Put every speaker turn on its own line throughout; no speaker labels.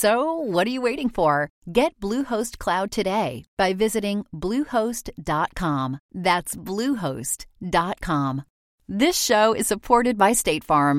So, what are you waiting for? Get Bluehost Cloud today by visiting Bluehost.com. That's Bluehost.com. This show is supported by State Farm.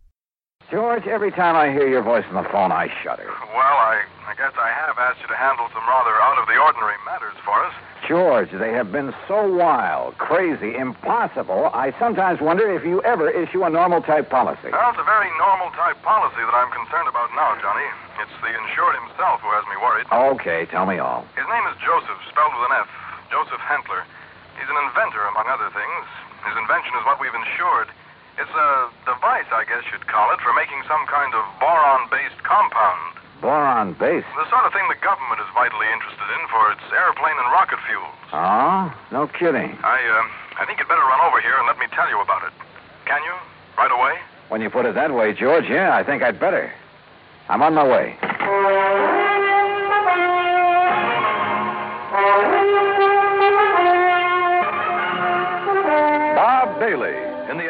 George, every time I hear your voice on the phone, I shudder.
Well, I, I guess I have asked you to handle some rather out of the ordinary matters for us.
George, they have been so wild, crazy, impossible, I sometimes wonder if you ever issue a normal type policy.
Well, it's a very normal type policy that I'm concerned about now, Johnny. It's the insured himself who has me worried.
Okay, tell me all.
His name is Joseph, spelled with an F. Joseph Hentler. He's an inventor, among other things. His invention is what we've insured. It's a device, I guess you'd call it, for making some kind of boron based compound.
Boron base.
The sort of thing the government is vitally interested in for its airplane and rocket fuels.
Oh? No kidding.
I, uh, I think you'd better run over here and let me tell you about it. Can you? Right away?
When you put it that way, George, yeah, I think I'd better. I'm on my way.
Bob Bailey in the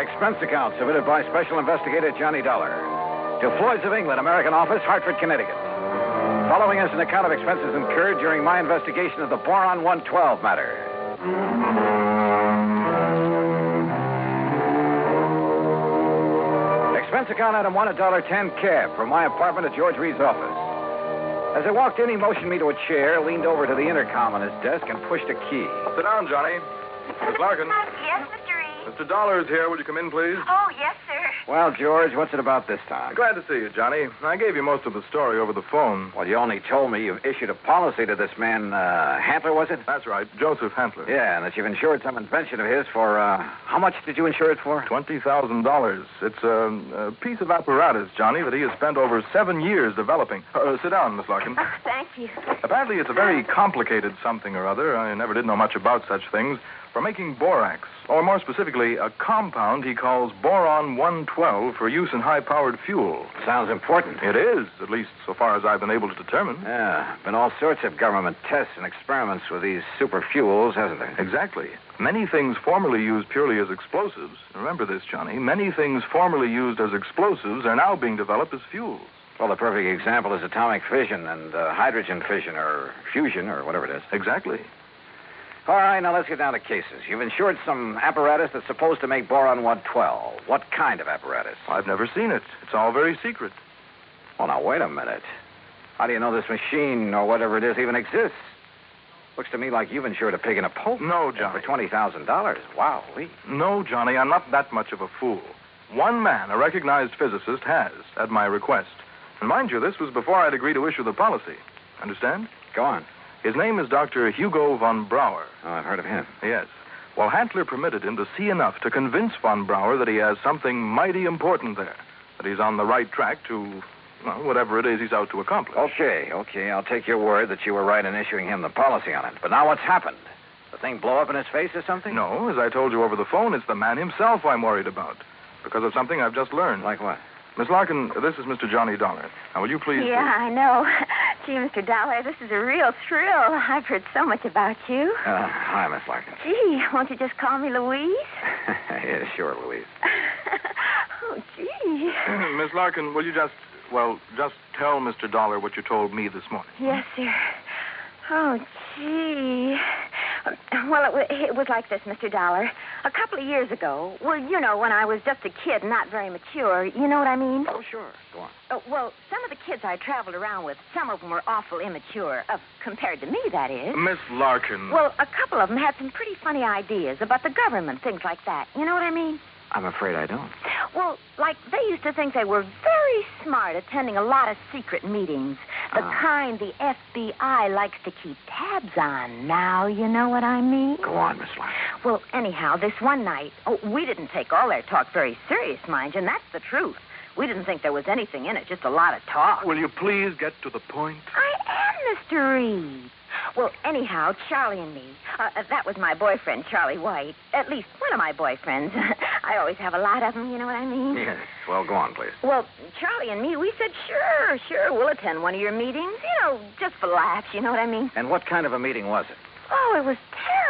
Expense account submitted by Special Investigator Johnny Dollar to Floyd's of England, American Office, Hartford, Connecticut. Following is an account of expenses incurred during my investigation of the Boron 112 matter. Expense account item one, a dollar ten cab from my apartment to George Reed's office. As I walked in, he motioned me to a chair, leaned over to the intercom on his desk, and pushed a key.
Sit down, Johnny. Miss Larkin.
Yes, Mr. Reed.
Mr. Dollar is here. Would you come in, please?
Oh, yes, sir.
Well, George, what's it about this time?
Glad to see you, Johnny. I gave you most of the story over the phone.
Well, you only told me you've issued a policy to this man, uh, Hantler, was it?
That's right, Joseph Hantler.
Yeah, and that you've insured some invention of his for, uh, how much did you insure it for?
$20,000. It's um, a piece of apparatus, Johnny, that he has spent over seven years developing. Uh, sit down, Miss Larkin.
Oh, thank you.
Apparently, it's a very complicated something or other. I never did know much about such things. For making borax, or more specifically, a compound he calls boron 112 for use in high powered fuel.
Sounds important.
It is, at least so far as I've been able to determine.
Yeah, been all sorts of government tests and experiments with these super fuels, hasn't there?
Exactly. Many things formerly used purely as explosives, remember this, Johnny, many things formerly used as explosives are now being developed as fuels.
Well, the perfect example is atomic fission and uh, hydrogen fission or fusion or whatever it is.
Exactly.
All right, now let's get down to cases. You've insured some apparatus that's supposed to make boron 112. What kind of apparatus?
I've never seen it. It's all very secret.
Well, now, wait a minute. How do you know this machine or whatever it is even exists? Looks to me like you've insured a pig in a poke.
No,
For
Johnny.
$20,000. Wow.
No, Johnny, I'm not that much of a fool. One man, a recognized physicist, has, at my request. And mind you, this was before I'd agree to issue the policy. Understand?
Go on.
His name is Dr. Hugo von Brauer.
Oh, I've heard of him.
Yes. Well, Hantler permitted him to see enough to convince von Brauer that he has something mighty important there, that he's on the right track to well, whatever it is he's out to accomplish.
Okay, okay. I'll take your word that you were right in issuing him the policy on it. But now what's happened? The thing blow up in his face or something?
No, as I told you over the phone, it's the man himself I'm worried about because of something I've just learned.
Like what?
Miss Larkin, this is Mr. Johnny Dollar. Now, will you please?
Yeah, I know. Gee, Mr. Dollar, this is a real thrill. I've heard so much about you.
Uh, hi, Miss Larkin.
Gee, won't you just call me Louise?
yeah, sure, Louise.
oh, gee.
Miss Larkin, will you just, well, just tell Mr. Dollar what you told me this morning?
Yes, sir. Oh, gee. Well, it, wa it was like this, Mr. Dollar. A couple of years ago, well, you know, when I was just a kid, not very mature, you know what I mean?
Oh, sure. Go on.
Oh, well, some of the kids I traveled around with, some of them were awful immature, uh, compared to me, that is.
Mm.
Miss Larkin.
Well, a couple of them had some pretty funny ideas about the government, things like that. You know what I mean?
I'm afraid I don't.
Well, like they used to think they were very smart attending a lot of secret meetings, the
Ah.
kind the FBI likes to keep tabs on. Now, you know what I mean?
Go on, Miss Larkin.
Well, anyhow, this one night, oh, we didn't take all their talk very serious, mind you, and that's the truth. We didn't think there was anything in it, just a lot of talk.
will you please get to the point?
I am Mr. Reed. Well, anyhow, Charlie and me. Uh, uh, that was my boyfriend, Charlie White. At least one of my boyfriends. I always have a lot of them, you know what I mean?
Yes. Well, go on, please.
Well, Charlie and me, we said, sure, sure, we'll attend one of your meetings. You know, just for laughs, you know what I mean?
And what kind of a meeting was it?
Oh, it was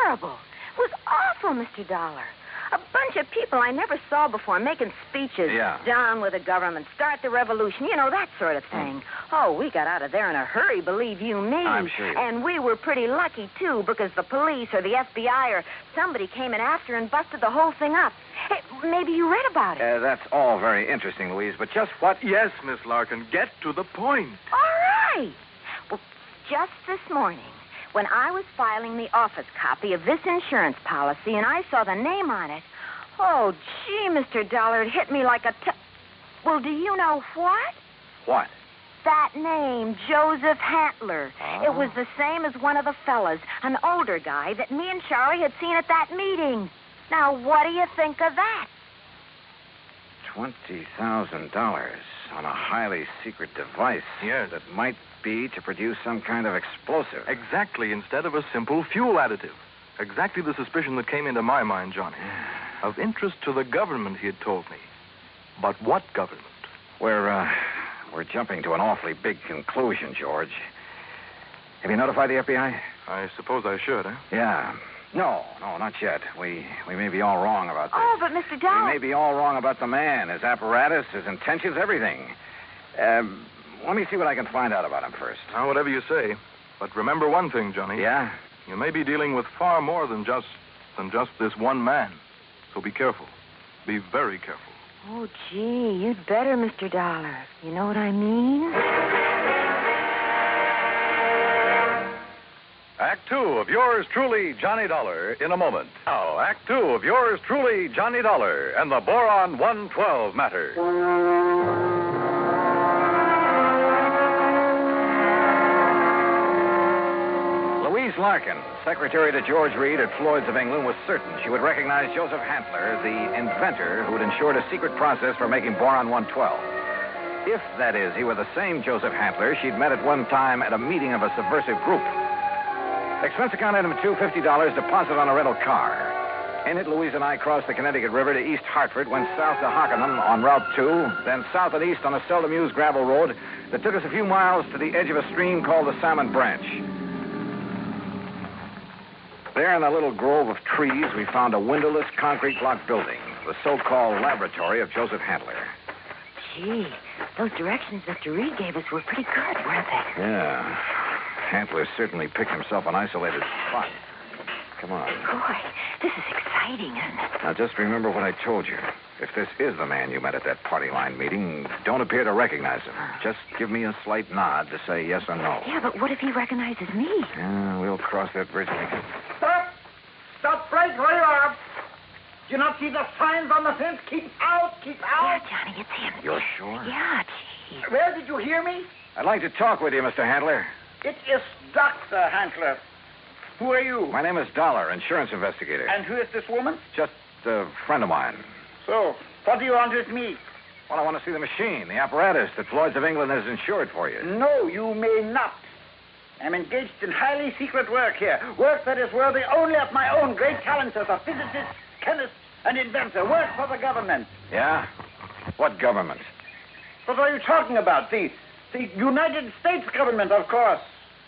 terrible. It was awful, Mr. Dollar. A bunch of people I never saw before making speeches.
Yeah.
Down with the government, start the revolution, you know, that sort of thing. Oh, we got out of there in a hurry, believe you me.
Mm. I'm sure you-
And we were pretty lucky, too, because the police or the FBI or somebody came in after and busted the whole thing up. Hey, maybe you read about it.
Uh, that's all very interesting, Louise, but just what.
Yes, Miss Larkin, get to the point.
All right. Well, just this morning, when I was filing the office copy of this insurance policy and I saw the name on it, oh, gee, Mr. Dollar, it hit me like a. T- well, do you know what?
What?
That name, Joseph Hantler. It was
Ah.
the same as one of the fellas, an older guy that me and Charlie had seen at that meeting. Now, what do you think of that?
$20,000 on a highly secret device.
Yes.
That might be to produce some kind of explosive.
Exactly, instead of a simple fuel additive. Exactly the suspicion that came into my mind, Johnny. Of interest to the government, he had told me. But what government?
We're, uh, we're jumping to an awfully big conclusion, George. Have you notified the FBI?
I suppose I should, eh?
Yeah. No, no, not yet. We we may be all wrong about this.
Oh, but Mr. Dollar.
We may be all wrong about the man, his apparatus, his intentions, everything. Um, let me see what I can find out about him first.
Now, whatever you say. But remember one thing, Johnny.
Yeah?
You may be dealing with far more than just than just this one man. So be careful. Be very careful.
Oh, gee, you'd better, Mr. Dollar. You know what I mean?
Act two of yours truly, Johnny Dollar, in a moment. Now, Act two of yours truly, Johnny Dollar, and the Boron 112 matter.
Louise Larkin, secretary to George Reed at Floyd's of England, was certain she would recognize Joseph Hantler, the inventor who'd ensured a secret process for making boron 112. If, that is, he were the same Joseph Hantler she'd met at one time at a meeting of a subversive group. Expense account item two, $50 deposit on a rental car. In it, Louise and I crossed the Connecticut River to East Hartford, went south to Hockenham on Route 2, then south and east on a seldom used gravel road that took us a few miles to the edge of a stream called the Salmon Branch. There in a little grove of trees, we found a windowless concrete block building, the so called laboratory of Joseph Handler.
Gee, those directions Mr. Reed gave us were pretty good, weren't they?
Yeah. Handler certainly picked himself an isolated spot. Come on.
Boy, this is exciting, isn't it?
Now, just remember what I told you. If this is the man you met at that party line meeting, don't appear to recognize him. Just give me a slight nod to say yes or no.
Yeah, but what if he recognizes me?
Yeah, we'll cross that bridge when we come.
Stop! Stop right where you are! Do you not see the signs on the fence? Keep out! Keep
Yeah,
out!
Johnny, it's him.
You're sure?
Yeah, gee.
Where did you hear me?
I'd like to talk with you, Mr. Handler.
It is Dr. Hantler. Who are you?
My name is Dollar, insurance investigator.
And who is this woman?
Just a friend of mine.
So, what do you want with me?
Well, I want to see the machine, the apparatus that Floyd's of England has insured for you.
No, you may not. I'm engaged in highly secret work here. Work that is worthy only of my own great talents as a physicist, chemist, and inventor. Work for the government.
Yeah? What government?
What are you talking about? The, the United States government, of course.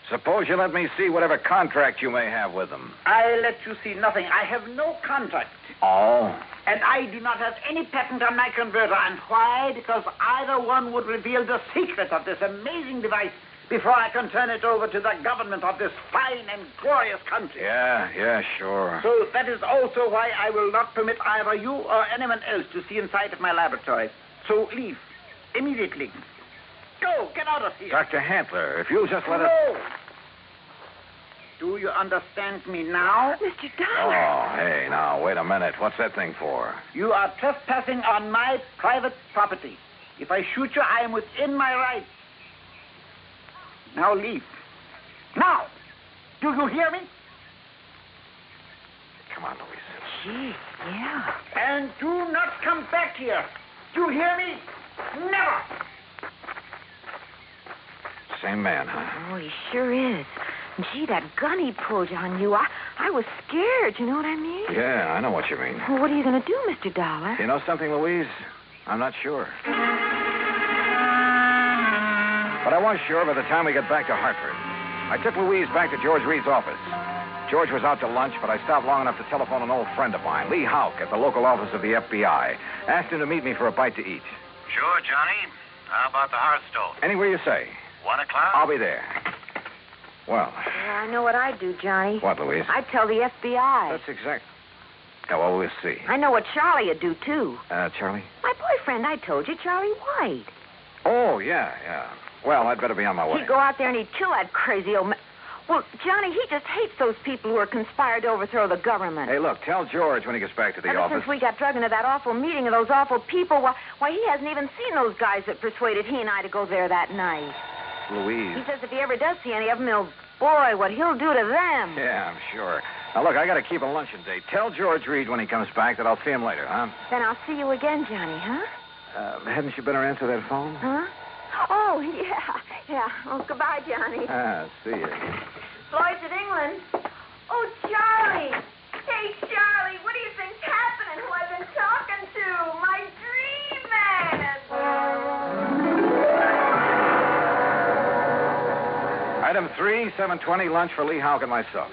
Suppose you let me see whatever contract you may have with them.
I let you see nothing. I have no contract.
Oh?
And I do not have any patent on my converter. And why? Because either one would reveal the secret of this amazing device before I can turn it over to the government of this fine and glorious country.
Yeah, yeah, sure.
So that is also why I will not permit either you or anyone else to see inside of my laboratory. So leave. Immediately. Go, get out of here.
Dr. Hantler, if you'll just let us.
no. Do you understand me now?
Mr. Dollar.
Oh, hey, now, wait a minute. What's that thing for?
You are trespassing on my private property. If I shoot you, I am within my rights. Now leave. Now! Do you hear me?
Come on, Louise.
Gee, yeah.
And do not come back here. Do you hear me? Never!
Same man, huh?
Oh, he sure is. Gee, that gun he pulled on you, I, I was scared. You know what I mean?
Yeah, I know what you mean.
Well, what are you going to do, Mr. Dollar?
You know something, Louise? I'm not sure. But I was sure by the time we got back to Hartford. I took Louise back to George Reed's office. George was out to lunch, but I stopped long enough to telephone an old friend of mine, Lee Hauk, at the local office of the FBI. Asked him to meet me for a bite to eat.
Sure, Johnny. How about the Hearthstone?
Anywhere you say.
One o'clock?
I'll be there. Well,
Yeah, I know what I'd do, Johnny.
what, Louise?
I'd tell the FBI.
That's exact. Yeah, well, we'll see.
I know what Charlie would do, too.
Uh, Charlie?
My boyfriend, I told you, Charlie White.
Oh, yeah, yeah. Well, I'd better be on my way.
He'd go out there and he'd kill that crazy old man. Well, Johnny, he just hates those people who are conspired to overthrow the government.
Hey, look, tell George when he gets back to the
Ever
office.
since we got drug into that awful meeting of those awful people, why, why, he hasn't even seen those guys that persuaded he and I to go there that night. He
Louise.
says if he ever does see any of them, he'll, boy, what he'll do to them.
Yeah, I'm sure. Now, look, I got to keep a luncheon date. Tell George Reed when he comes back that I'll see him later, huh?
Then I'll see you again, Johnny, huh?
Uh, hadn't you better answer that phone?
Huh? Oh, yeah, yeah. Oh, goodbye, Johnny.
Ah, see you.
Floyd's in England. Oh, Charlie. Hey, Charlie, what do you think's happening? Who I've been talking to? My dream man.
Item three, 720, lunch for Lee Houck and myself.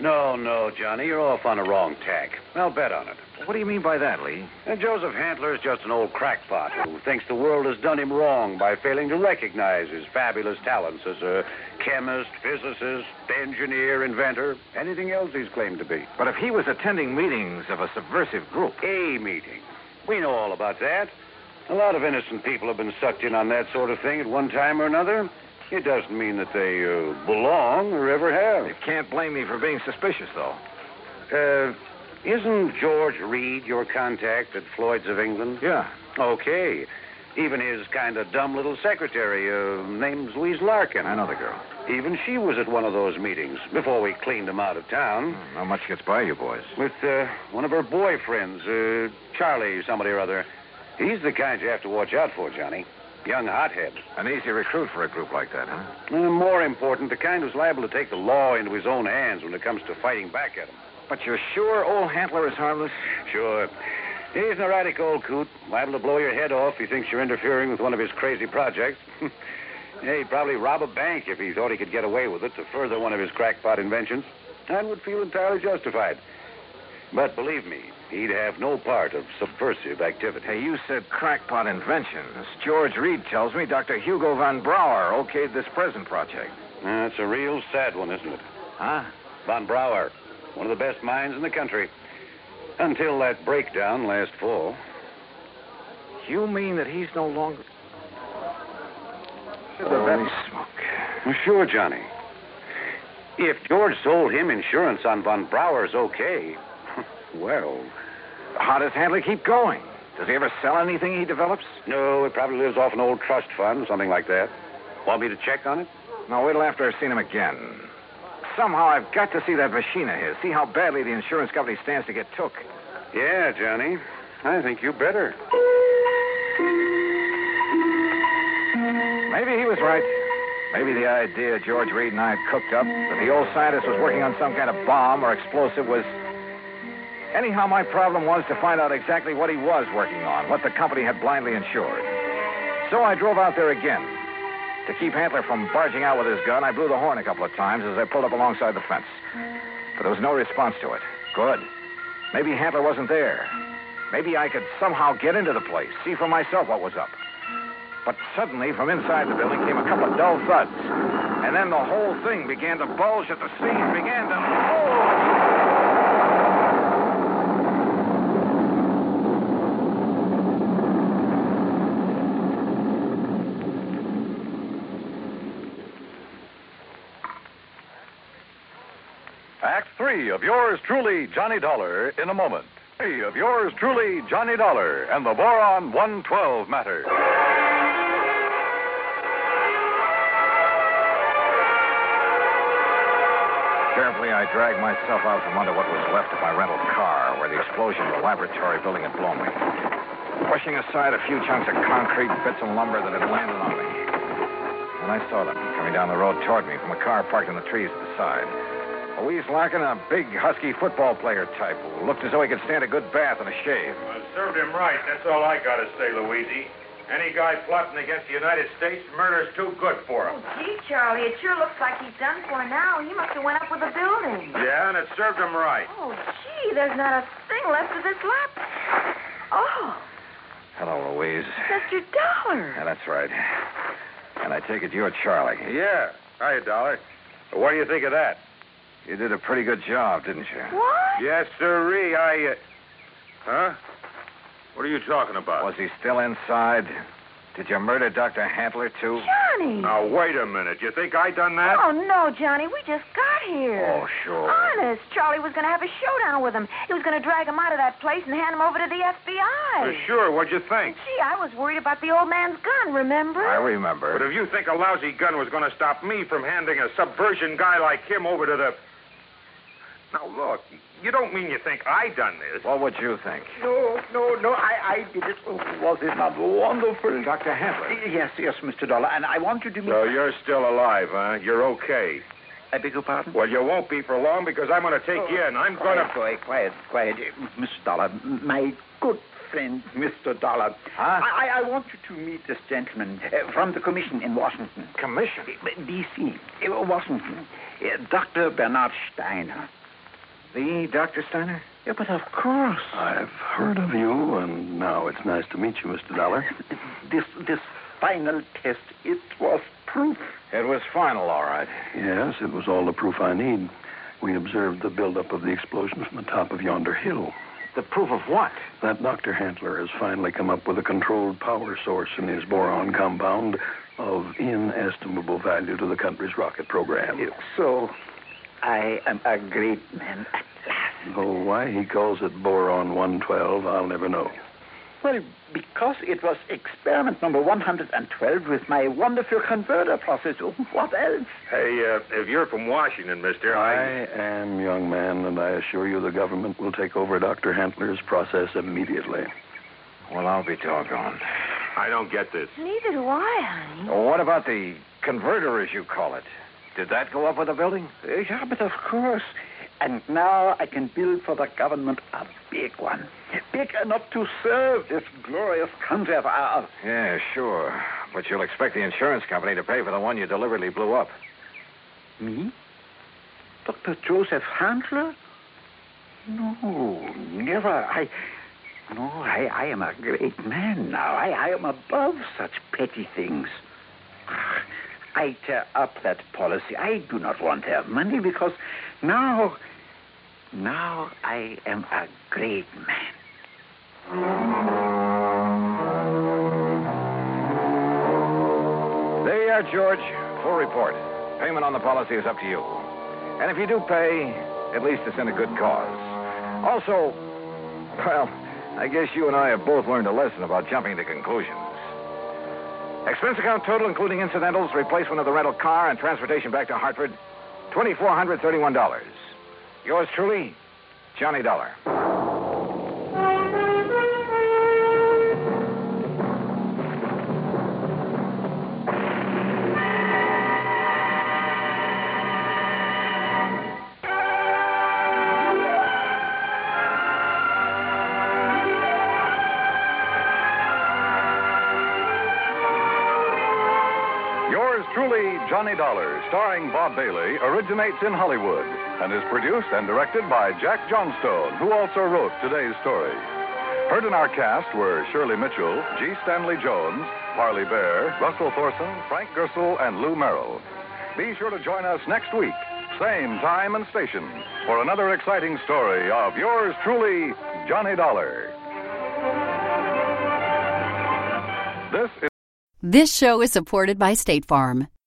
No, no, Johnny. You're off on the wrong tack. I'll bet on it.
What do you mean by that, Lee?
And Joseph Hantler's just an old crackpot who thinks the world has done him wrong by failing to recognize his fabulous talents as a chemist, physicist, engineer, inventor, anything else he's claimed to be.
But if he was attending meetings of a subversive group.
A meeting. We know all about that. A lot of innocent people have been sucked in on that sort of thing at one time or another. It doesn't mean that they uh, belong or ever have.
You can't blame me for being suspicious, though.
Uh, isn't George Reed your contact at Floyd's of England?
Yeah.
Okay. Even his kind of dumb little secretary, uh, name's Louise Larkin.
I know the girl.
Even she was at one of those meetings before we cleaned him out of town
Hmm, Not much gets by you boys.
with uh, one of her boyfriends, uh, Charlie, somebody or other. He's the kind you have to watch out for, Johnny. Young hothead.
An easy recruit for a group like that, huh?
And more important, the kind who's liable to take the law into his own hands when it comes to fighting back at him.
But you're sure old Hantler is harmless?
Sure. He's an erratic old coot, liable to blow your head off if he thinks you're interfering with one of his crazy projects. yeah, he'd probably rob a bank if he thought he could get away with it to further one of his crackpot inventions, and would feel entirely justified. But believe me, he'd have no part of subversive activity.
Hey, you said crackpot inventions. George Reed tells me Dr. Hugo von Brauer okayed this present project.
That's a real sad one, isn't it?
Huh?
Von Brauer, one of the best minds in the country. Until that breakdown last fall.
You mean that he's no longer. Holy smoke.
Well, sure, Johnny. If George sold him insurance on Von Brauer's okay, well,
How does Handler keep going? Does he ever sell anything he develops?
no, it probably lives off an old trust fund, something like that. Want me to check on it?
No, wait till after I've seen him again. Somehow I've got to see that machine of his, see how badly the insurance company stands to get took.
Yeah, Johnny. I think you better.
was right. Maybe the idea George Reed and I cooked up that the old scientist was working on some kind of bomb or explosive was. Anyhow, my problem was to find out exactly what he was working on, what the company had blindly insured. So I drove out there again. To keep Hantler from barging out with his gun, I blew the horn a couple of times as I pulled up alongside the fence. But there was no response to it. Good. Maybe Hantler wasn't there. Maybe I could somehow get into the place, see for myself what was up. But suddenly, from inside the building came a couple of dull thuds. And then the whole thing began to bulge at the seams, began to. Oh!
Act three of yours truly, Johnny Dollar, in a moment. Three of yours truly, Johnny Dollar, and the Boron 112 matter.
Carefully, I dragged myself out from under what was left of my rental car, where the explosion in the laboratory building had blown me, pushing aside a few chunks of concrete, bits and lumber that had landed on me. Then I saw them coming down the road toward me from a car parked in the trees at the side. Louise Larkin, a big, husky football player type, who looked as though he could stand a good bath and a shave.
Well, it served him right. That's all I got to say, Louise. Any guy plotting against the United States, murder's too good for
Oh,
him.
gee, Charlie, it sure looks like he's done for now. He must have went up with the building.
Yeah, and it served him right.
Oh, gee, there's not a thing left of this lap. Oh,
Hello, Louise.
Mr. Dollar.
Yeah, that's right. And I take it you're Charlie.
Yeah. Hiya, Dollar. What do you think of that?
You did a pretty good job, didn't you?
What?
Yes, sirree. I. Uh... Huh? What are you talking about?
Was he still inside? Did you murder Dr. Hantler, too?
Johnny.
Now, wait a minute. You think I done that?
Oh, no, Johnny. We just got here.
Oh, sure.
Honest, Charlie was going to have a showdown with him. He was going to drag him out of that place and hand him over to the FBI.
Uh, sure. What'd you think?
Gee, I was worried about the old man's gun, remember?
I remember.
But if you think a lousy gun was going to stop me from handing a subversion guy like him over to the. Now, look, you don't mean you think I done this.
What would you think?
No, no, no, I, I did it. Oh, was it not wonderful?
Dr. Hantler.
Yes, yes, Mr. Dollar, and I want you to meet.
So you're still alive, huh? You're okay.
I beg your pardon?
Well, you won't be for long because I'm going to take you in. I'm going to.
Quiet, boy, quiet, quiet. Uh, Mr. Dollar, my good friend, Mr. Dollar.
Huh?
I, I- I want you to meet this gentleman uh, from the commission in Washington.
Commission.
D.C., uh, Washington. Uh, Dr. Bernard Steiner.
The Dr. Steiner?
Yeah, but of course.
I've heard of you, and now it's nice to meet you, Mr. Dollar.
This, this final test, it was proof.
It was final, all right.
Yes, it was all the proof I need. We observed the buildup of the explosion from the top of yonder hill.
The proof of what?
That Dr. Hantler has finally come up with a controlled power source in his boron compound of inestimable value to the country's rocket program.
So, I am a great man at last.
Though Oh, why he calls it boron 112, I'll never know.
Well, because it was experiment number 112 with my wonderful converter process. Oh, What else?
Hey, uh, if you're from Washington, mister, I.
I am, young man, and I assure you the government will take over Dr. Hantler's process immediately.
Well, I'll be doggone.
I don't get this.
Neither do I, honey.
What about the converter, as you call it? Did that go up with the building?
Uh, yeah, but of course. And now I can build for the government a big one. Big enough to serve this glorious country of ours.
Yeah, sure. But you'll expect the insurance company to pay for the one you deliberately blew up.
Me? Dr. Joseph Handler? No, never. I. No, I, I am a great man now. I, I am above such petty things. Ah, I tear up that policy. I do not want their money because now. Now I am a great man.
There you are, George. Full report. Payment on the policy is up to you. And if you do pay, at least it's in a good cause. Also, well, I guess you and I have both learned a lesson about jumping to conclusions. Expense account total, including incidentals, replacement of the rental car, and transportation back to Hartford, $2,431. Yours truly, Johnny Dollar.
Movie Johnny Dollar, starring Bob Bailey, originates in Hollywood and is produced and directed by Jack Johnstone, who also wrote today's story. Heard in our cast were Shirley Mitchell, G. Stanley Jones, Parley Bear, Russell Thorson, Frank Gersel, and Lou Merrill. Be sure to join us next week, same time and station, for another exciting story of yours truly, Johnny Dollar. This is.
This show is supported by State Farm.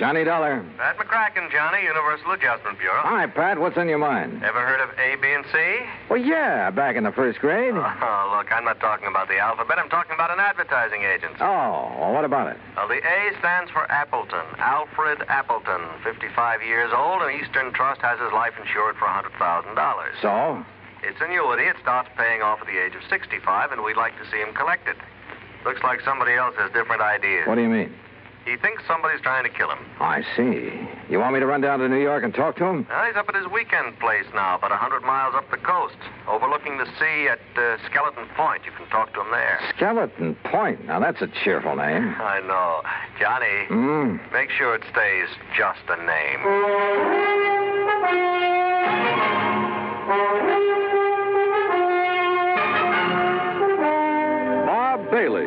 Johnny Dollar.
Pat McCracken, Johnny, Universal Adjustment Bureau.
Hi, Pat. What's on your mind?
Ever heard of A, B, and C?
Well, yeah, back in the first grade.
Oh, look, I'm not talking about the alphabet. I'm talking about an advertising agency.
Oh, well, what about it?
Well, the A stands for Appleton, Alfred Appleton, 55 years old, and Eastern Trust has his life insured for $100,000.
So?
It's annuity. It starts paying off at the age of 65, and we'd like to see him collect it. Looks like somebody else has different ideas.
What do you mean?
He thinks somebody's trying to kill him.
I see. You want me to run down to New York and talk to him?
Well, he's up at his weekend place now, about a 100 miles up the coast, overlooking the sea at uh, Skeleton Point. You can talk to him there.
Skeleton Point. Now, that's a cheerful name.
I know. Johnny,
Mm.
make sure it stays just a name.
Bob Bailey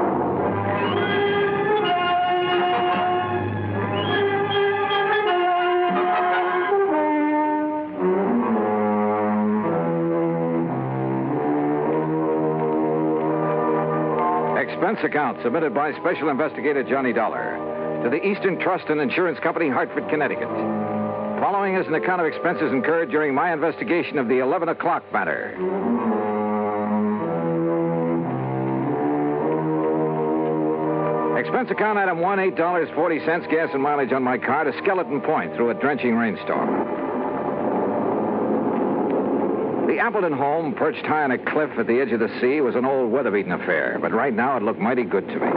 Expense account submitted by Special Investigator Johnny Dollar to the Eastern Trust and Insurance Company, Hartford, Connecticut. Following is an account of expenses incurred during my investigation of the 11 o'clock matter. Expense account item one, eight dollars forty cents, gas and mileage on my car to Skeleton Point through a drenching rainstorm. The Appleton home, perched high on a cliff at the edge of the sea, was an old weather-beaten affair, but right now it looked mighty good to me.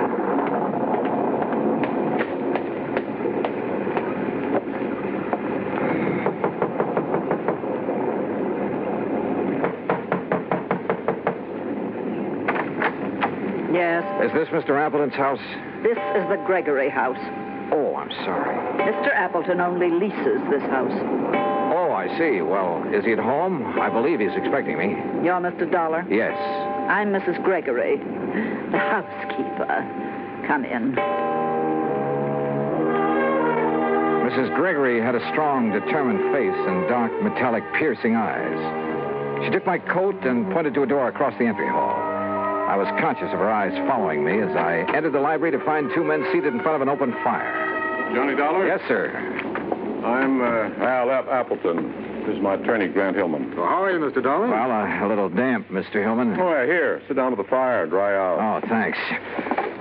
Yes,
Is this Mr. Appleton's house?
this is the Gregory house.
Oh, I'm sorry.
Mr. Appleton only leases this house.
Oh, I see. Well, is he at home? I believe he's expecting me.
You're Mr. Dollar?
Yes.
I'm Mrs. Gregory, the housekeeper. Come in.
Mrs. Gregory had a strong, determined face and dark, metallic, piercing eyes. She took my coat and pointed to a door across the entry hall. I was conscious of her eyes following me as I entered the library to find two men seated in front of an open fire.
Johnny Dollar?
Yes, sir.
I'm uh, Al F. Appleton. This is my attorney, Grant Hillman.
Well, how are you, Mr. Dollar? Well, uh, a little damp, Mr. Hillman.
Oh, yeah, here. Sit down to the fire, dry out.
Oh, thanks.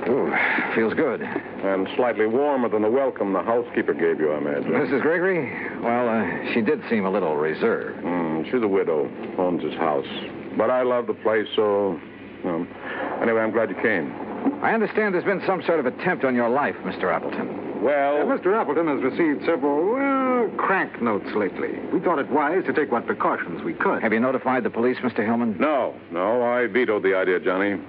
Ooh, feels good.
And slightly warmer than the welcome the housekeeper gave you, I imagine.
Mrs. Gregory? Well, uh, she did seem a little reserved.
Mm, she's a widow, owns this house. But I love the place, so. Um, anyway, I'm glad you came.
I understand there's been some sort of attempt on your life, Mr. Appleton.
Well.
Uh, Mr. Appleton has received several, well, crank notes lately. We thought it wise to take what precautions we could.
Have you notified the police, Mr. Hillman?
No, no, I vetoed the idea, Johnny.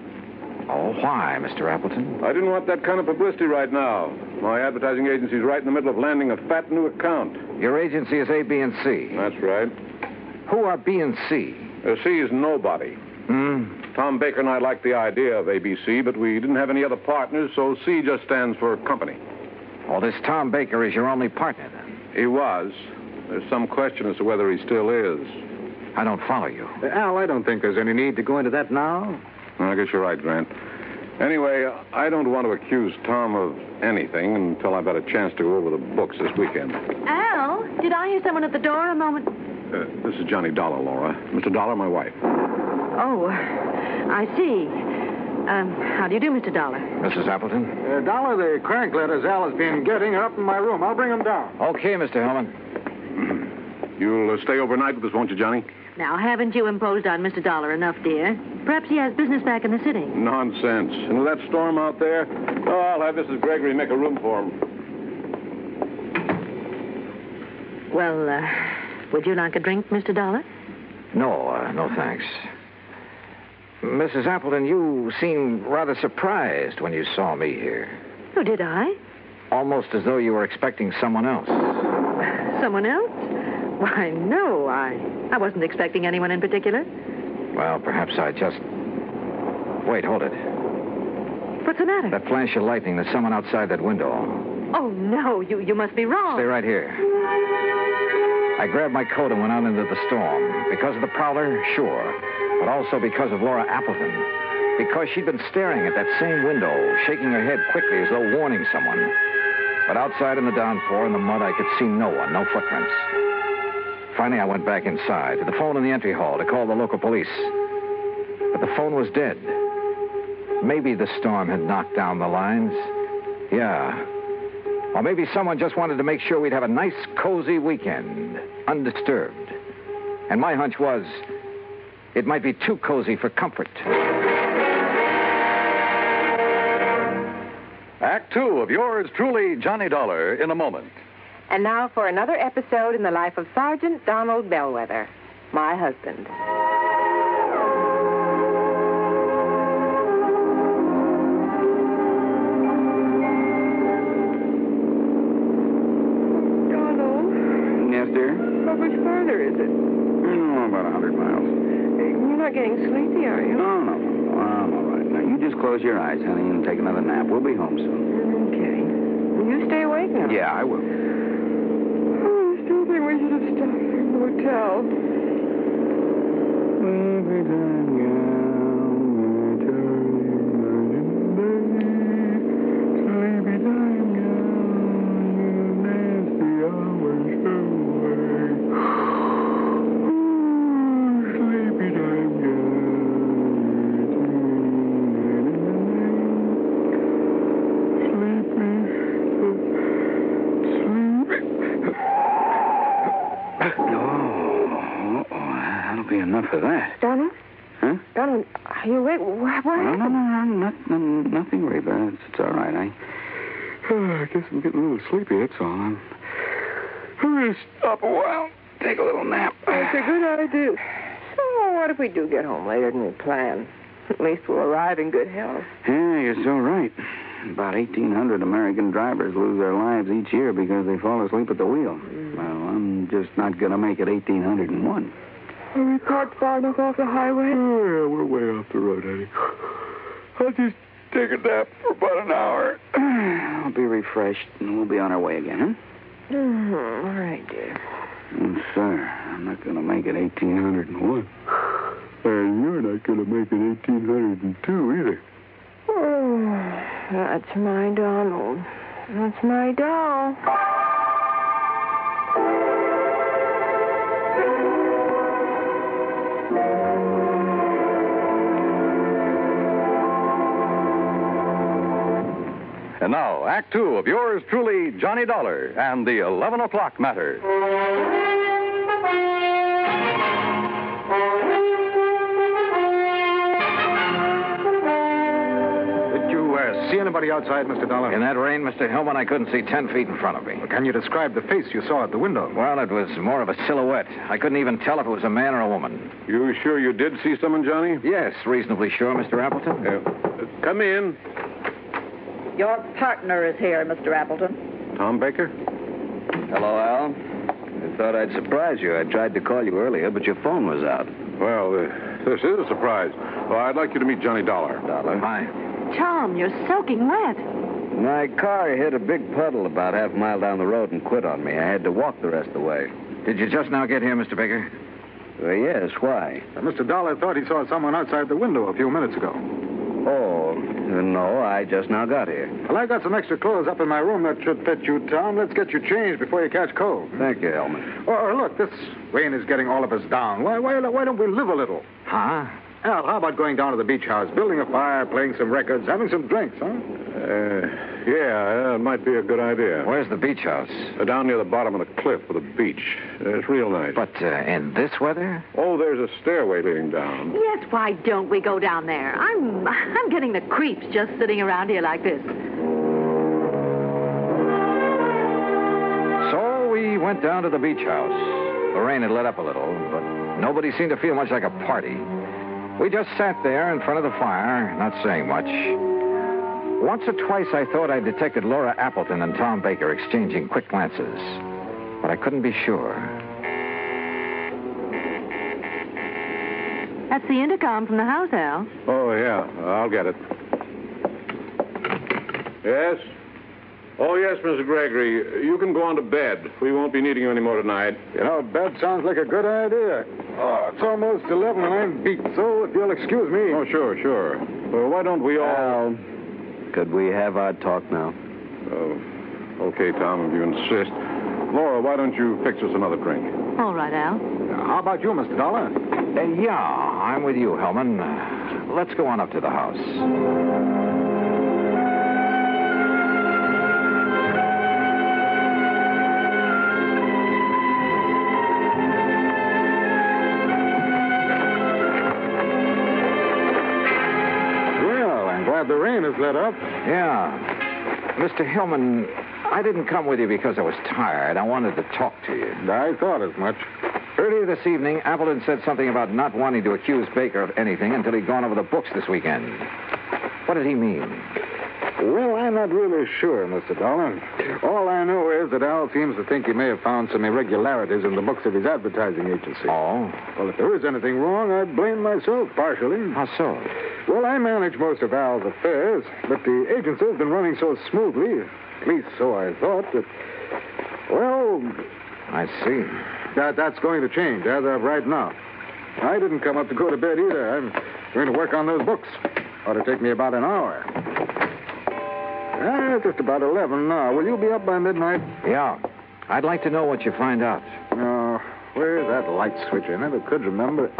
Oh, why, Mr. Appleton?
I didn't want that kind of publicity right now. My advertising agency's right in the middle of landing a fat new account.
Your agency is A, B, and C.
That's right.
Who are B and C?
Uh, C is nobody.
Hmm.
Tom Baker and I liked the idea of ABC, but we didn't have any other partners, so C just stands for company.
Well, this Tom Baker is your only partner, then.
He was. There's some question as to whether he still is.
I don't follow you.
Uh, Al, I don't think there's any need to go into that now.
I guess you're right, Grant. Anyway, uh, I don't want to accuse Tom of anything until I've had a chance to go over the books this weekend.
Al, did I hear someone at the door a moment?
Uh, this is Johnny Dollar, Laura. Mr. Dollar, my wife.
Oh, I see. Um, how do you do, Mr. Dollar?
Mrs. Appleton?
Uh, Dollar, the crank letters Al has been getting are up in my room. I'll bring them down.
Okay, Mr. Hellman.
You'll uh, stay overnight with us, won't you, Johnny?
Now, haven't you imposed on Mr. Dollar enough, dear? Perhaps he has business back in the city.
Nonsense. And with that storm out there, oh, I'll have Mrs. Gregory make a room for
him. Well, uh, would you like a drink, Mr. Dollar?
No, uh, no thanks. Mrs. Appleton, you seemed rather surprised when you saw me here.
Oh, did I?
Almost as though you were expecting someone else.
Someone else? Why, no, I, I wasn't expecting anyone in particular.
Well, perhaps I just. Wait, hold it.
What's the matter?
That flash of lightning, there's someone outside that window.
Oh, no, you, you must be wrong.
Stay right here. I grabbed my coat and went out into the storm. Because of the prowler? Sure but also because of Laura Appleton. Because she'd been staring at that same window, shaking her head quickly as though warning someone. But outside in the downpour, in the mud, I could see no one, no footprints. Finally, I went back inside to the phone in the entry hall to call the local police. But the phone was dead. Maybe the storm had knocked down the lines. Yeah. Or maybe someone just wanted to make sure we'd have a nice, cozy weekend, undisturbed. And my hunch was it might be too cozy for comfort.
Act two of yours truly, Johnny Dollar, in a moment.
And now for another episode in the life of Sergeant Donald Bellwether, my husband.
Donald?
Yes, dear?
How much farther is it?
Oh, about a 100 miles.
You're not getting sleepy, are you?
No, no, no, no. I'm all right. Now, you just close your eyes, honey, and take another nap. We'll be home soon.
Okay. Will you stay awake now?
Yeah, I will.
Oh, I still think we should have stopped at the hotel.
Every time you Oh,
Donald?
Huh?
Donald, are you awake? What, what
no,
happened?
No, no, no, not, no, nothing, Reba. It's, it's all right. I, oh, I guess I'm getting a little sleepy, that's all. I'm, I'm going to stop a while, take a little nap.
That's a good idea. So what if we do get home later than we planned? At least we'll arrive in good health.
Yeah, you're so right. About 1,800 American drivers lose their lives each year because they fall asleep at the wheel. Mm. Well, I'm just not going to make it 1,801.
Are we parked far enough off the highway?
Oh, yeah, we're way off the road, honey. I'll just take a nap for about an hour. I'll be refreshed, and we'll be on our way again,
huh? Mm-hmm. All right, dear.
Oh, sir, I'm not going to make it 1801. And Uh, you're not going to make it 1802 either.
Oh, that's my Donald. That's my doll.
And now, Act Two of yours truly, Johnny Dollar and the 11 o'clock matter.
Did you uh, see anybody outside, Mr. Dollar?
In that rain, Mr. Hillman, I couldn't see ten feet in front of me.
Can you describe the face you saw at the window?
Well, it was more of a silhouette. I couldn't even tell if it was a man or a woman.
You sure you did see someone, Johnny?
Yes, reasonably sure, Mr. Appleton.
Come in.
Your partner is here, Mr. Appleton.
Tom Baker?
Hello, Al. I thought I'd surprise you. I tried to call you earlier, but your phone was out.
Well, uh, this is a surprise. Well, I'd like you to meet Johnny Dollar.
Dollar? Hi.
Tom, you're soaking wet.
My car hit a big puddle about half a mile down the road and quit on me. I had to walk the rest of the way.
Did you just now get here, Mr. Baker?
Well, yes. Why?
Uh, Mr. Dollar thought he saw someone outside the window a few minutes ago.
Oh, no, I just now got here.
Well, I got some extra clothes up in my room that should fit you, Tom. Let's get you changed before you catch cold.
Thank you, Elman.
Oh, oh, look, this rain is getting all of us down. Why, why, why don't we live a little?
Huh?
Al, how about going down to the beach house, building a fire, playing some records, having some drinks, huh?
Uh, yeah, uh, it might be a good idea.
Where's the beach house?
Uh, down near the bottom of the cliff with a beach. Uh, it's real nice.
But uh, in this weather?
Oh, there's a stairway leading down.
Yes, why don't we go down there? I'm I'm getting the creeps just sitting around here like this.
So we went down to the beach house. The rain had let up a little, but nobody seemed to feel much like a party. We just sat there in front of the fire, not saying much. Once or twice I thought I detected Laura Appleton and Tom Baker exchanging quick glances, but I couldn't be sure.
That's the intercom from the house, Al.
Oh, yeah, I'll get it. Yes? Oh, yes, Mr. Gregory. You can go on to bed. We won't be needing you anymore tonight.
You know, bed sounds like a good idea. Oh, it's almost 11 and I'm beat, so if you'll excuse me.
Oh, sure, sure. Well, why don't we all.
Could we have our talk now?
Oh, okay, Tom, if you insist. Laura, why don't you fix us another drink?
All right, Al.
How about you, Mr. Dollar?
Uh, yeah, I'm with you, Hellman. Uh, Let's go on up to the house.
Well, I'm glad the rain has let up.
Yeah. Mr. Hillman, I didn't come with you because I was tired. I wanted to talk to you.
I thought as much.
Earlier this evening, Appleton said something about not wanting to accuse Baker of anything until he'd gone over the books this weekend. What did he mean?
Well, I'm not really sure, Mr. Dollar. All I know is that Al seems to think he may have found some irregularities in the books of his advertising agency.
Oh?
Well, if there is anything wrong, I blame myself partially.
How so?
Well, I manage most of Al's affairs, but the agency's been running so smoothly, at least so I thought, that. Well,
I see.
that, that's going to change as of right now. I didn't come up to go to bed either. I'm going to work on those books. Ought to take me about an hour. Ah, it's just about 11 now. Will you be up by midnight?
Yeah. I'd like to know what you find out.
No. Oh, Where's that light switch? I never could remember. it.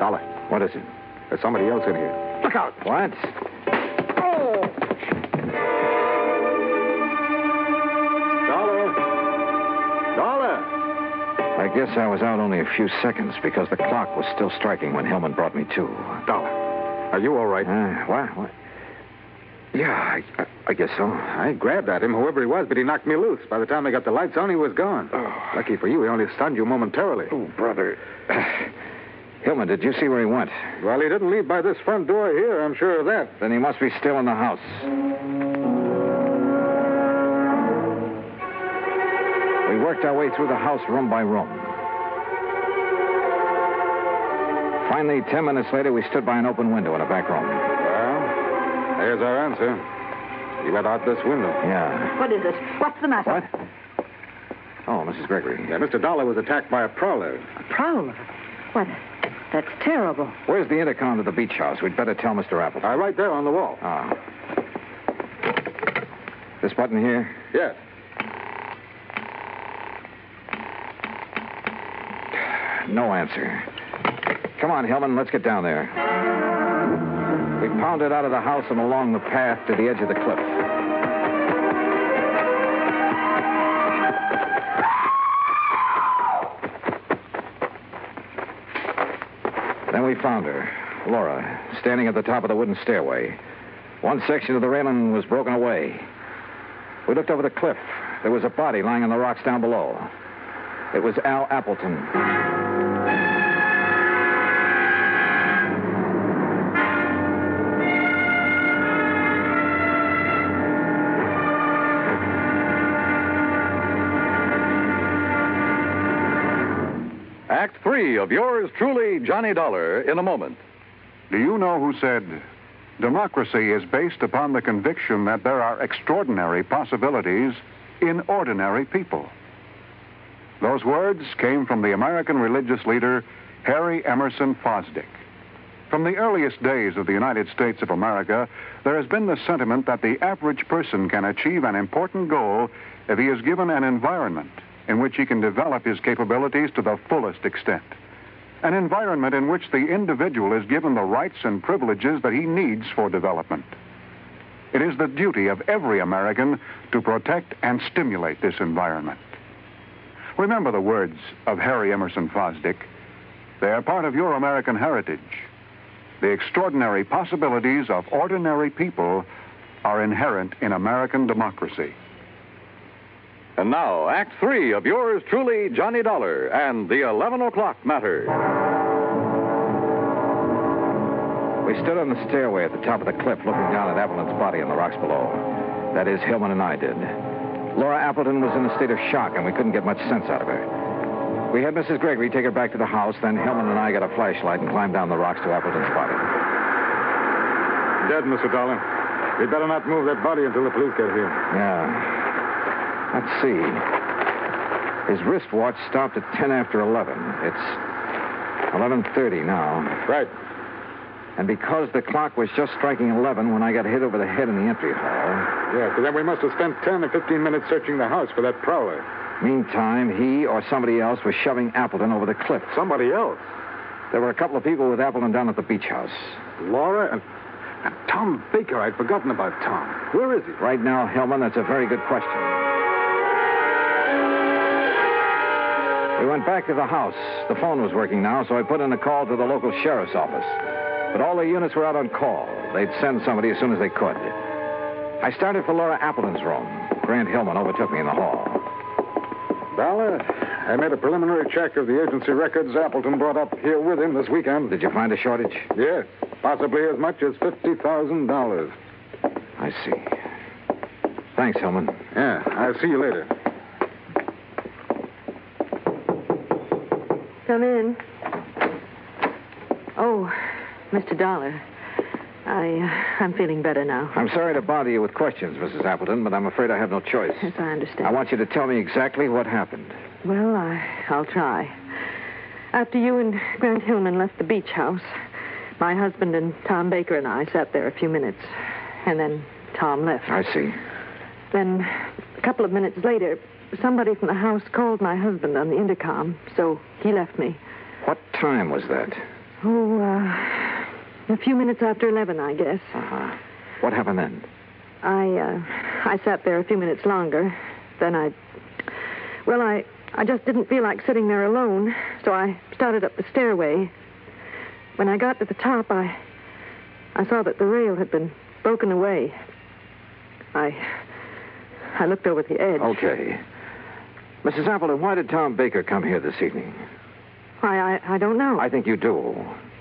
Dollar,
What is it?
there's somebody else in here.
Look out! What?
Oh. Dollar! Dollar!
I guess I was out only a few seconds because the clock was still striking when Hillman brought me to.
Dollar, are you all right?
Uh, what? what? Yeah, I, I, I guess so.
I grabbed at him, whoever he was, but he knocked me loose. By the time I got the lights on, he was gone. Lucky for you, he only stunned you momentarily.
Oh, brother. Hillman, did you see where he went?
Well, he didn't leave by this front door here, I'm sure of that.
Then he must be still in the house. We worked our way through the house room by room. Finally, ten minutes later, we stood by an open window in a back room.
Well, there's our answer. He went out this window.
Yeah.
What is it? What's the matter?
What? Oh, Mrs. Gregory.
Yeah, Mr. Dollar was attacked by a prowler.
Prowler. What? That's terrible.
Where's the intercom to the beach house? We'd better tell Mr. Apple.
Uh, right there on the wall.
Ah. This button here?
Yes.
No answer. Come on, Hellman, let's get down there. We pounded out of the house and along the path to the edge of the cliff. Then we found her, Laura, standing at the top of the wooden stairway. One section of the railing was broken away. We looked over the cliff. There was a body lying on the rocks down below. It was Al Appleton.
Act three of yours truly, Johnny Dollar, in a moment.
Do you know who said, Democracy is based upon the conviction that there are extraordinary possibilities in ordinary people? Those words came from the American religious leader Harry Emerson Fosdick. From the earliest days of the United States of America, there has been the sentiment that the average person can achieve an important goal if he is given an environment in which he can develop his capabilities to the fullest extent. An environment in which the individual is given the rights and privileges that he needs for development. It is the duty of every American to protect and stimulate this environment. Remember the words of Harry Emerson Fosdick. They are part of your American heritage. The extraordinary possibilities of ordinary people are inherent in American democracy.
And now, Act Three of yours truly, Johnny Dollar, and the 11 o'clock matter.
We stood on the stairway at the top of the cliff looking down at Appleton's body on the rocks below. That is, Hillman and I did. Laura Appleton was in a state of shock, and we couldn't get much sense out of her. We had Mrs. Gregory take her back to the house, then Hillman and I got a flashlight and climbed down the rocks to Appleton's body.
Dead, Mr. Dollar. We better not move that body until the police get here.
Yeah. Let's see. His wristwatch stopped at 10 after 11. It's 11.30 now.
Right.
And because the clock was just striking 11 when I got hit over the head in the entry hall,
Yeah, so then we must have spent 10 or 15 minutes searching the house for that prowler.
meantime, he or somebody else was shoving Appleton over the cliff.
Somebody else?
There were a couple of people with Appleton down at the beach house.
Laura and, and Tom Baker. I'd forgotten about Tom. Where is he?
Right now, Hellman, that's a very good question. We went back to the house. The phone was working now, so I put in a call to the local sheriff's office. But all the units were out on call. They'd send somebody as soon as they could. I started for Laura Appleton's room. Grant Hillman overtook me in the hall.
Dollar, I made a preliminary check of the agency records Appleton brought up here with him this weekend.
Did you find a shortage?
Yes, possibly as much as $50,000.
I see. Thanks, Hillman.
Yeah, I'll see you later.
Come in. Oh, Mr. Dollar. I, uh, I'm feeling better now.
I'm sorry to bother you with questions, Mrs. Appleton, but I'm afraid I have no choice.
Yes, I understand.
I want you to tell me exactly what happened.
Well, I, I'll try. After you and Grant Hillman left the beach house, my husband and Tom Baker and I sat there a few minutes, and then Tom left.
I see.
Then, a couple of minutes later, somebody from the house called my husband on the intercom, so he left me.
What time was that?
Oh, uh, a few minutes after 11, I guess.
Uh-huh. What happened then?
I, uh, I sat there a few minutes longer. Then I, well, I, I just didn't feel like sitting there alone, so I started up the stairway. When I got to the top, I, I saw that the rail had been broken away. I, I looked over the edge.
Okay. Mrs. Appleton, why did Tom Baker come here this evening?
Why, I, I don't know.
I think you do.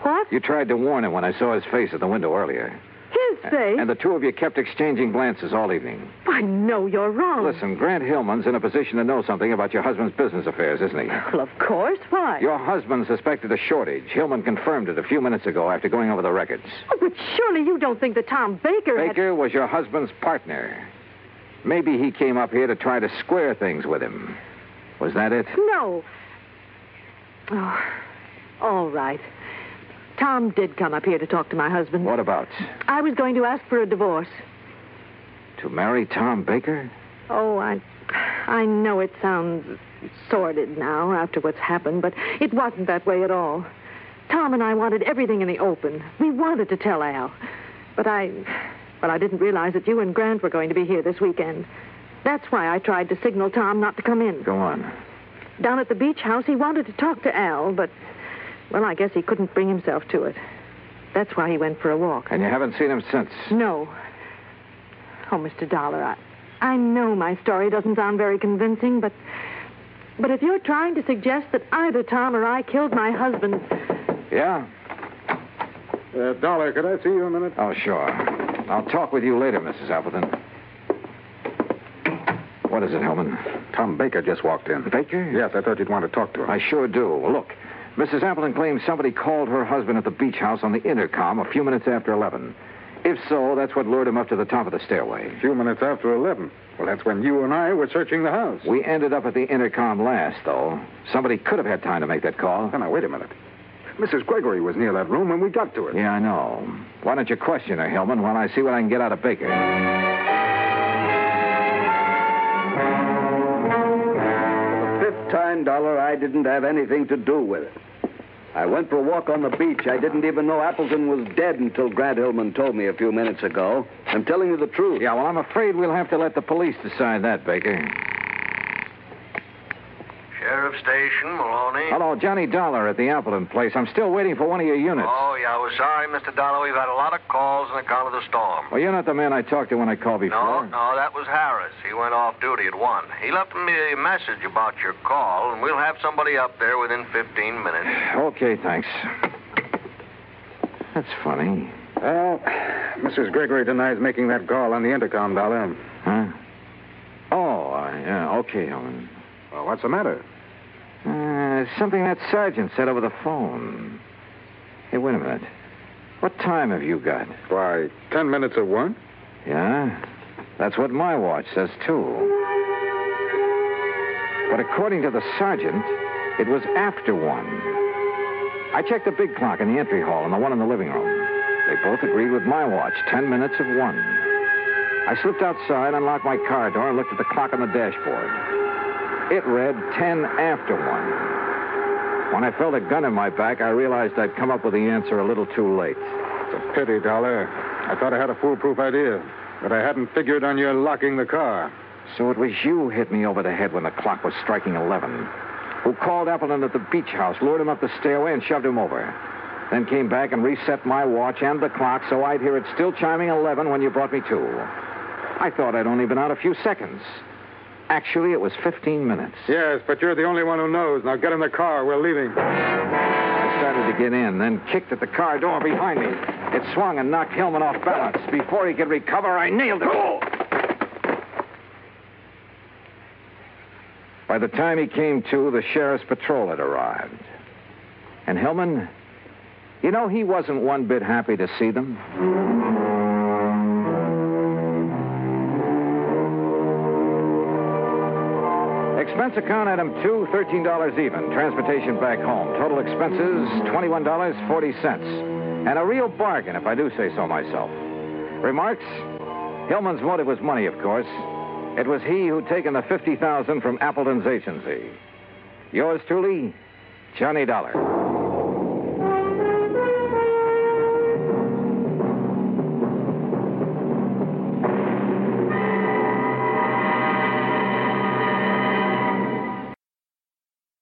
What?
You tried to warn him when I saw his face at the window earlier.
His face?
And the two of you kept exchanging glances all evening.
Why, no, you're wrong.
Listen, Grant Hillman's in a position to know something about your husband's business affairs, isn't he?
Well, of course. Why?
Your husband suspected a shortage. Hillman confirmed it a few minutes ago after going over the records.
Oh, but surely you don't think that Tom Baker had...
Baker was your husband's partner. Maybe he came up here to try to square things with him. Was that it?
No. Oh, all right. Tom did come up here to talk to my husband.
What about?
I was going to ask for a divorce.
To marry Tom Baker?
Oh, I, I know it sounds sordid now after what's happened, but it wasn't that way at all. Tom and I wanted everything in the open. We wanted to tell Al, but I, well, I didn't realize that you and Grant were going to be here this weekend. That's why I tried to signal Tom not to come in.
Go on.
Down at the beach house, he wanted to talk to Al, but Well, I guess he couldn't bring himself to it. That's why he went for a walk.
And you haven't seen him since.
No. Oh, Mr. Dollar, I, I know my story doesn't sound very convincing, but but if you're trying to suggest that either Tom or I killed my husband,
Yeah?
Uh, Dollar, could I see you a minute?
Oh, sure. I'll talk with you later, Mrs. Appleton. What is it, Hellman?
Tom Baker just walked in.
Baker?
Yes, I thought you'd want to talk to him.
I sure do. Look, Mrs. Appleton claims somebody called her husband at the beach house on the intercom a few minutes after 11. If so, that's what lured him up to the top of the stairway.
A few minutes after 11. Well, that's when you and I were searching the house.
We ended up at the intercom last, though. Somebody could have had time to make that call.
Oh, Now, wait a minute. Mrs. Gregory was near that room when we got to it.
Yeah, I know. Why don't you question her, Hillman, while I see what I can get out of Baker?
Fifth time, Dollar, I didn't have anything to do with it. I went for a walk on the beach. I didn't even know Appleton was dead until Grant Hillman told me a few minutes ago. I'm telling you the truth.
Yeah, well, I'm afraid we'll have to let the police decide that, Baker.
Sheriff Station, Maloney.
Hello, Johnny Dollar at the Appleton place. I'm still waiting for one of your units.
Oh, yeah, we're sorry, Mr. Dollar. We've had a lot of calls on account of the storm.
Well, you're not the man I talked to when I called
No,
before.
no, that was Harris. He went off duty at 1. He left me a message about your call, and we'll have somebody up there within 15 minutes.
Okay, thanks. That's funny.
Well, Mrs. Gregory denies making that call on the intercom, Dollar.
Huh? Oh, uh, yeah, okay, Hellman.
Well, what's the matter?
Uh, something that sergeant said over the phone. Hey, wait a minute. What time have you got?
Why, ten minutes of one?
Yeah? That's what my watch says, too. But according to the sergeant, it was after one. I checked the big clock in the entry hall and the one in the living room. They both agreed with my watch, ten minutes of one. I slipped outside, unlocked my car door, and looked at the clock on the dashboard. It read ten after one. When I felt a gun in my back, I realized I'd come up with the answer a little too late.
It's a pity, Dollar. I thought I had a foolproof idea, but I hadn't figured on your locking the car.
So it was you hit me over the head when the clock was striking 11. Who called Appleton at the beach house, lured him up the stairway, and shoved him over. Then came back and reset my watch and the clock so I'd hear it still chiming 11 when you brought me to. I thought I'd only been out a few seconds. Actually, it was 15 minutes.
Yes, but you're the only one who knows. Now get in the car. We're leaving.
I started to get in, then kicked at the car door behind me. It swung and knocked Hillman off balance. Before he could recover, I nailed him. By the time he came to, the sheriff's patrol had arrived. And Hillman, you know, he wasn't one bit happy to see them. Expense account item two, $13 even. Transportation back home. Total expenses, $21.40. And a real bargain, if I do say so myself. Remarks? Hillman's motive was money, of course. It was he who'd taken the 50000 from Appleton's agency. Yours truly, Johnny Dollar.